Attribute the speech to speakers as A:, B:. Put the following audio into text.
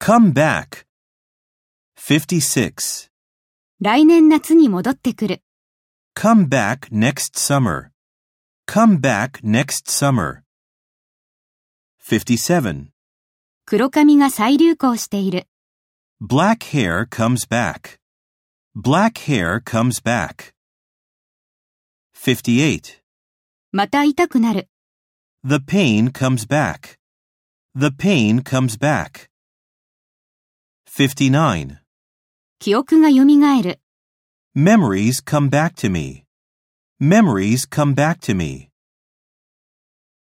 A: come back. 56.
B: 来年夏に戻ってくる。
A: Come back next summer. Come back next summer. 57.
B: 黒髪が再流行している。
A: Black hair comes back. Black hair comes back. 58.
B: また痛くなる。
A: The pain comes back. The pain comes back. 59.
B: 記憶が蘇る。
A: Memories come back to me. Memories come back to me.